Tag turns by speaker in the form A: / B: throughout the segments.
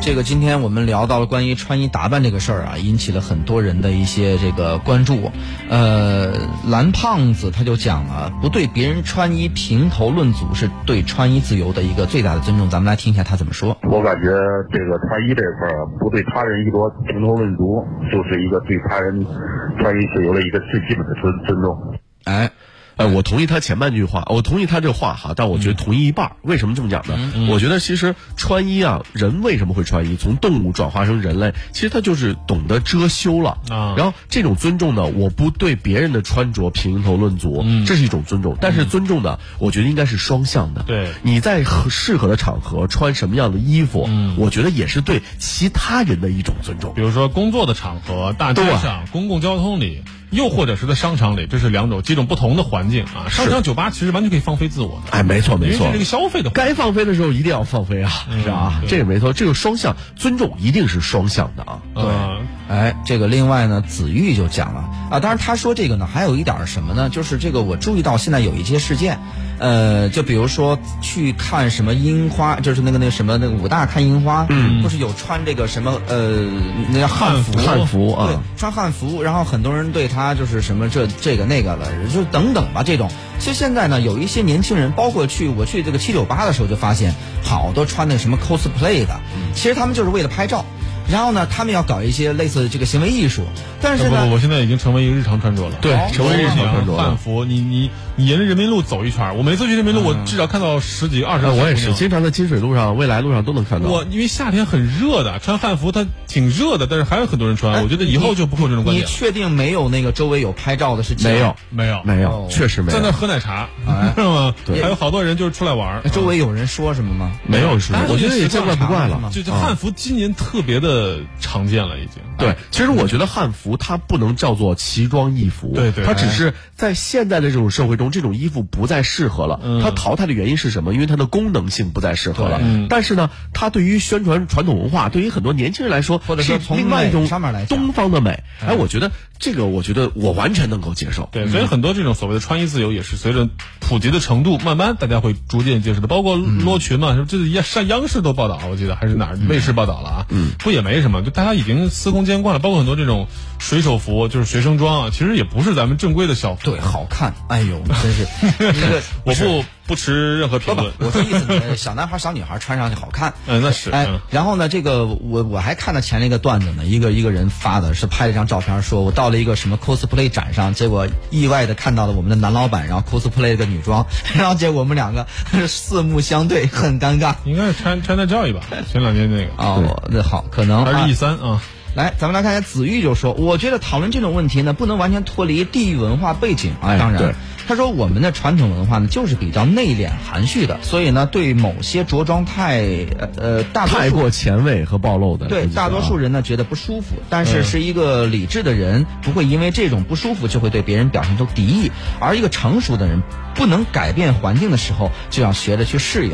A: 这个今天我们聊到了关于穿衣打扮这个事儿啊，引起了很多人的一些这个关注。呃，蓝胖子他就讲了，不对别人穿衣评头论足是对穿衣自由的一个最大的尊重。咱们来听一下他怎么说。
B: 我感觉这个穿衣这一块儿，啊不对他人衣着评头论足，就是一个对他人穿衣自由的一个最基本的尊尊重。
A: 哎，
C: 呃，我同意他前半句话，我同意他这个话哈，但我觉
D: 嗯
C: 得同意一半儿。为什么这么讲呢？我觉得其实穿衣啊，人为什么会穿衣？从动物转化成人类，其实他就是懂得遮羞了。
D: 啊
C: 然后这种尊重呢，我不对别人的穿着评头论足，
D: 嗯
C: 这是一种尊重。但是尊重呢，我觉得应该是双向的。
D: 对
C: 你在合适合的场合穿什么样的衣服，
D: 嗯
C: 我觉得也是对其他人的一种尊重
D: 比。如说工作的场合、大街上、公共交通里，又或者是在商场里，这是两种几种不同的环境啊。商场、酒吧其实完全可以放飞自我的，
C: 哎，没错
D: 因
C: 没
D: 为
C: 错，
D: 这是一个消费的环境。
C: 该放飞的时候一定要放飞啊，是吧？
D: 对
C: 这个没错，这个双向尊重一定是双向的啊。
D: 呃，
A: 哎，这个另外呢，子玉就讲了啊，当然他说这个呢，还有一点儿什么呢？就是这个我注意到现在有一些事件，呃，就比如说去看什么樱花，就是那个那个什么那个武大看樱花，嗯，不是有穿这个什么呃那叫汉服，
C: 汉服啊
A: 对，穿汉服，然后很多人对他就是什么这这个那个了，就等等吧这种。其实现在呢，有一些年轻人，包括去我去这个七九八的时候，就发现好多穿那什么 cosplay 的，
D: 嗯
A: 其实他们就是为了拍照。然后呢，他们要搞一些类似这个行为艺术，但
D: 不
A: 是呢
D: 不，，我现在已经成为一个日常穿着了。
C: 对
D: 好
C: 成为日常穿着了
D: 汉服，你你你沿着人民路走一圈儿，我每次去人民路，我至少看到十几二十
C: 哎，
D: 个小姑娘。
C: 我也是，经常在金水路上、未来路上都能看到。
D: 我因为夏天很热的，穿汉服它挺热的，但是还有很多人穿。我觉得以后就不会有这种观
A: 呃哎你
D: 点了。
A: 确定没有那个周围有拍照的事情？
C: 没有，，
D: 没有
C: 没
A: 哦
C: 有，确实没
D: 在那
C: 有
D: 儿，喝奶茶，是吗？还有好多人就是出来玩儿。
A: 哎周围有人说什么吗？
C: 没有是
D: 哎，
C: 我觉得也
D: 这
C: 见怪不怪
A: 嘛
C: 了。啊
D: 就就汉服今年特别的常见了，已经。
C: 对，其实我觉得汉服它不能叫做奇装异服，
D: 对对
A: 哎
C: 它只是在现在的这种社会中，这种衣服不再适合了。
A: 嗯
C: 它淘汰的原因是什么？因为它的功能性不再适合了
D: 对嗯。
C: 但是呢，它对于宣传传统文化，对于很多年轻人来说，
A: 或者说
C: 是
A: 从
C: 另外一
A: 美
C: 种
A: 上面来讲嗯
C: 东方的美。哎，我觉得这个，我觉得我完全能够接受。
D: 对，所以很多这种所谓的穿衣自由，也是随着普及的程度，慢慢大家会逐渐接受的。包括
C: 嗯
D: 罗裙嘛，这央上央视都报道，我记得还是哪儿卫视报道了啊。嗯，不也没什么，就大家已经司空见惯了。包括很多这种水手服，就是学生装啊，其实也不是咱们正规的校服。
A: 对，好看，哎呦，真 是那个
D: 我
A: 是
D: 不不持任何评
A: 不不
D: 论，。
A: 我的意思，呃小男孩、小女孩穿上去好看。
D: 嗯，那是
A: 哎
D: 嗯，
A: 然后呢，这个我我还看到前面一个段子呢，一个一个人发的是拍了一张照片，说我到了一个什么 cosplay 展上，结果意外的看到了我们的男老板，然后 cosplay 了个女装， 然后结果我们两个 四目相对，很尴尬。
D: 应该是 China China Joy 吧，前两年那个，
C: 啊
A: 哦，那好，可能
D: 还
A: 啊
D: 是 E 三啊。
A: 来，咱们来看一下子玉就说，我觉得讨论这种问题呢，不能完全脱离地域文化背景。啊
C: 哎
A: 当然
C: 对，
A: 他说我们的传统文化呢，就是比较内敛含蓄的，所以呢，对某些着装太呃呃大多数
C: 太过前卫和暴露的，
A: 对
C: 我觉得啊
A: 大多数人呢觉得不舒服，但是是一个理智的人不会因为这种不舒服就会对别人表现出敌意，而一个成熟的人不能改变环境的时候，就要学着去适应。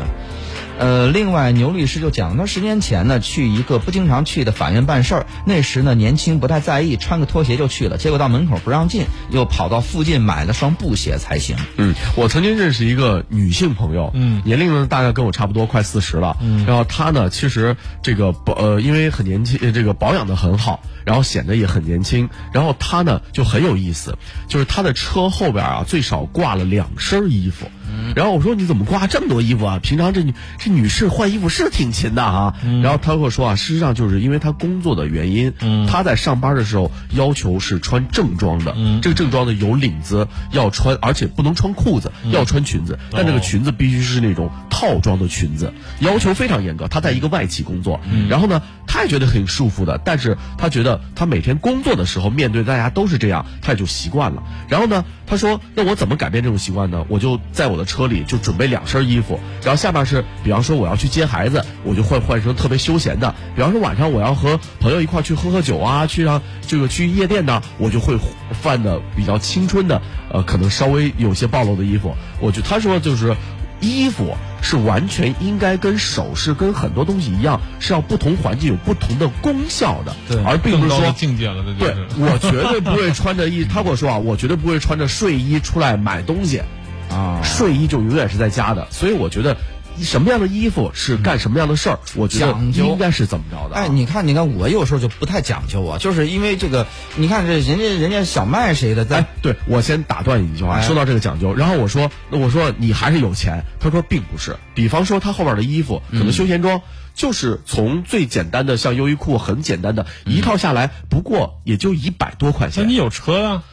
A: 呃，另外牛律师就讲，他十年前呢去一个不经常去的法院办事儿，那时呢年轻不太在意，穿个拖鞋就去了，结果到门口不让进，又跑到附近买了双布鞋才行。
C: 嗯，我曾经认识一个女性朋友，
D: 嗯
C: 年龄呢大概跟我差不多，快四十了。嗯，然后她呢，其实这个保呃，因为很年轻，呃这个保养的很好，然后显得也很年轻。然后她呢就很有意思，就是她的车后边啊最少挂了两身衣服。然后我说你怎么挂这么多衣服啊？平常这女这女士换衣服是挺勤的啊。然后她跟我说啊，事实上就是因为她工作的原因，嗯、她在上班的时候要求是穿正装的，这个正装呢有领子，要穿，而且不能穿裤子，要穿裙子，但这个裙子必须是那种套装的裙子，要求非常严格。她在一个外企工作，然后呢，她也觉得很舒服的，但是她觉得她每天工作的时候面对大家都是这样，她也就习惯了。然后呢，她说，那我怎么改变这种习惯呢？我就在我的车里就准备两身衣服，然后下面是，比方说我要去接孩子，我就换换成特别休闲的；比方说晚上我要和朋友一块儿去喝喝酒啊，去上这个去夜店呢，我就会换的比较青春的，呃，可能稍微有些暴露的衣服。我觉得他说就是。衣服是完全应该跟首饰、跟很多东西一样，是要不同环境有不同的功效的，
A: 对
C: 而并不是
D: 更高
C: 说
D: 的境界了，这就
C: 对
D: 是。
C: 我绝对不会穿着衣，他跟我说啊，我绝对不会穿着睡衣出来买东西，
A: 啊
C: 睡衣就永远是在家的，所以我觉得。什么样的衣服是干什么样的事儿，我觉得
A: 嗯讲究
C: 应该是怎么着的啊。
A: 哎，你看，你看，我有时候就不太讲究啊，就是因为这个，你看这人家人家小麦谁的，在
C: 哎，对我先打断你一句话，
A: 哎
C: 说到这个讲究，然后我说，那我说你还是有钱，他说并不是，比方说他后边的衣服，可能休闲装。就是从最简单的，像优衣库很简单的一套下来，不过也就一百多块
D: 那
C: 钱。
D: 你有车啊？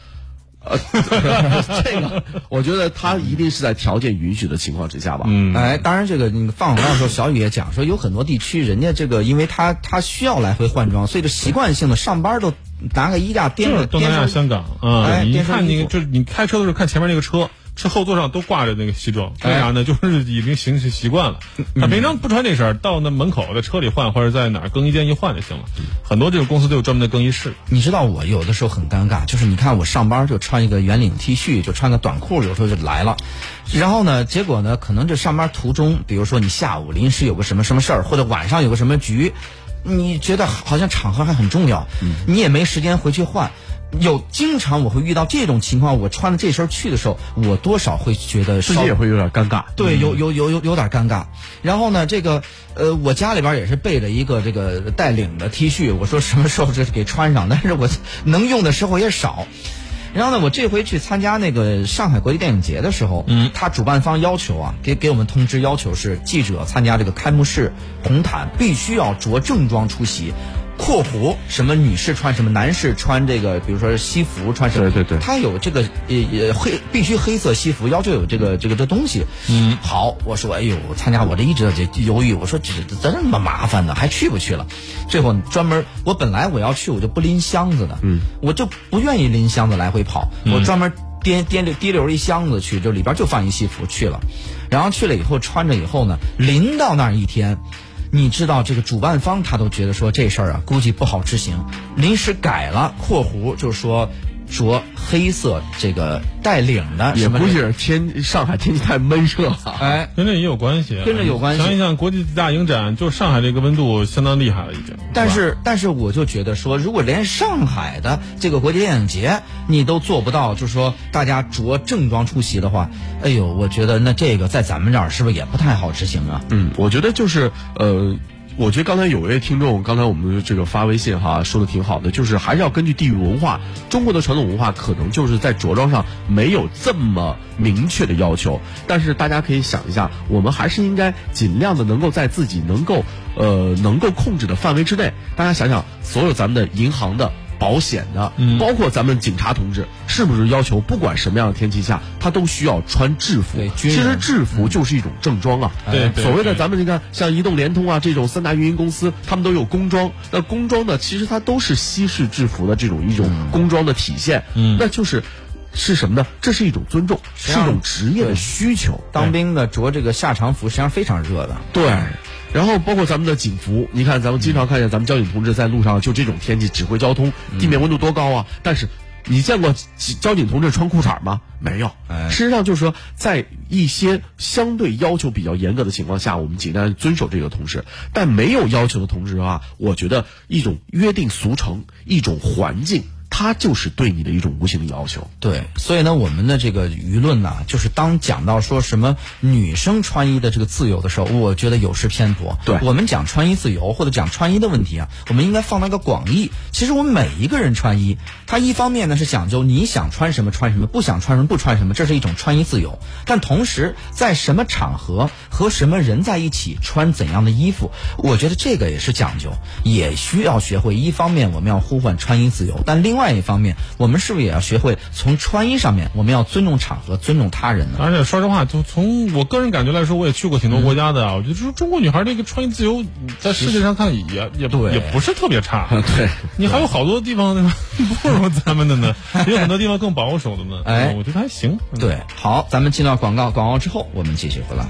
C: 这个，我觉得他一定是在条件允许的情况之下吧。
D: 嗯，
A: 哎，当然这个你放广告的时候，小雨也讲说，有很多地区人家这个，因为他他需要来回换装，所以就习惯性的上班都拿个衣架
D: 就
A: 颠
D: 是
A: 着
D: 东
A: 颠
D: 南亚、
A: 着。
D: 香港啊，
A: 哎
D: 你一
A: 电商
D: 看
A: 衣
D: 那个，
A: 服
D: 就是你开车的时候看前面那个车，车后座上都挂着那个西装，
A: 哎
D: 为啥呢？就是已经形成习惯了。他
A: 嗯
D: 平常不穿这身儿，到那门口在车里换，或者在哪儿更衣间一换就行了。很多这个公司都有专门的更衣室。
A: 你知道我有的时候很尴尬，就是你看我上班就穿一个圆领 T 恤，就穿个短裤，有时候就来了。然后呢，结果呢，可能这上班途中，比如说你下午临时有个什么什么事儿，或者晚上有个什么局，你觉得好像场合还很重要，你也没时间回去换。有经常我会遇到这种情况，我穿了这身去的时候，我多少会觉得稍
C: 自己
A: 微
C: 也会有点尴尬。
A: 对，有有有有有点尴尬。然后呢，这个呃，我家里边也是备着一个这个带领的 T 恤，我说什么时候这给穿上，但是我 能用的时候也少。然后呢，我这回去参加那个上海国际电影节的时候，嗯，他主办方要求啊，给给我们通知要求是，记者参加这个开幕式红毯必须要着正装出席。（括弧什么女士穿什么，男士穿这个，比如说西服穿什么，
C: 对对对
A: 他有这个呃呃黑必须黑色西服，要求有这个这个这东西。嗯，好，我说哎呦，参加我这一直在这犹豫，我说这这这么麻烦呢，还去不去了？最后专门我本来我要去，我就不拎箱子的，嗯，我就不愿意拎箱子来回跑，
C: 嗯
A: 我专门颠颠溜提溜一箱子去，就里边就放一西服去了，然后去了以后穿着以后呢，临到那儿一天。你知道这个主办方他都觉得说这事儿啊，估计不好执行，临时改了（括弧就是说着黑色这个带领的
C: 也
A: 什么这
C: 估
A: 个
C: 计是天上海天气太闷热啊了。
A: 哎
D: 跟这也有关系，啊
A: 跟这有关系
D: 想一想，国际大影展，就上海这个温度相当厉害了，已经。
A: 但
D: 吧
A: 是，但是我就觉得说，如果连上海的这个国际电影节你都做不到，就是说大家着正装出席的话，哎呦，我觉得那这个在咱们这儿是不是也不太好执行啊？
C: 嗯，我觉得就是呃。我觉得刚才有位听众，刚才我们这个发微信哈，说的挺好的，就是还是要根据地域文化，中国的传统文化可能就是在着装上没有这么明确的要求，但是大家可以想一下，我们还是应该尽量的能够在自己能够呃能够控制的范围之内，大家想想，所有咱们的银行的。保险的，
A: 嗯
C: 包括咱们警察同志，是不是要求不管什么样的天气下，他都需要穿制服
A: 对？军
C: 其实
A: 人
C: 制服就是一种正装啊。
A: 呃
D: 对对
C: 所谓的
D: 对
C: 咱们你看，像移动、联通啊这种三大运营公司，他们都有工装。那工装呢，其实它都是西式制服的这种一种工装的体现。嗯，那就是是什么呢？这是一种尊重，是
A: 际
C: 一
A: 上
C: 种职业的
A: 对
C: 需求。
A: 当兵的着这个夏长服实际上非常热的，
C: 对。然后包括咱们的警服，你看咱们经常看见咱们交警同志在路上就这种天气指挥交通，地面温度多高啊！但是你见过交警同志穿裤衩吗？没有。
A: 哎
C: 事实上就是说，在一些相对要求比较严格的情况下，我们尽量遵守这个同志；但没有要求的同志的话，我觉得一种约定俗成，一种环境，它就是对你的一种无形的要求。
A: 对，所以呢，我们的这个舆论呐，就是当讲到说什么女生穿衣的这个自由的时候，我觉得有失偏颇。
C: 对
A: 我们讲穿衣自由或者讲穿衣的问题啊，我们应该放到一个广义。其实我们每一个人穿衣，它一方面呢是讲究你想穿什么穿什么，不想穿什么不穿什么，这是一种穿衣自由。但同时，在什么场合和什么人在一起穿怎样的衣服，我觉得这个也是讲究，也需要学会。一方面我们要呼唤穿衣自由，但另外一方面，我们是不是也要学会从穿衣上面，我们要尊重场合，尊重他人呢？
D: 而且说实话，就从我个人感觉来说，我也去过挺
A: 嗯
D: 多国家的啊。我觉得中中国女孩这个穿衣自由，在世界上看也也
A: 对
D: 也不是特 别差。
C: 对，
D: 你还有好多地方 不如咱们的 呢，也有很多地方更保守的呢。
A: 哎
D: 我觉得还行。嗯
A: 对，好，咱们进到广告，广告之后我们继续回来。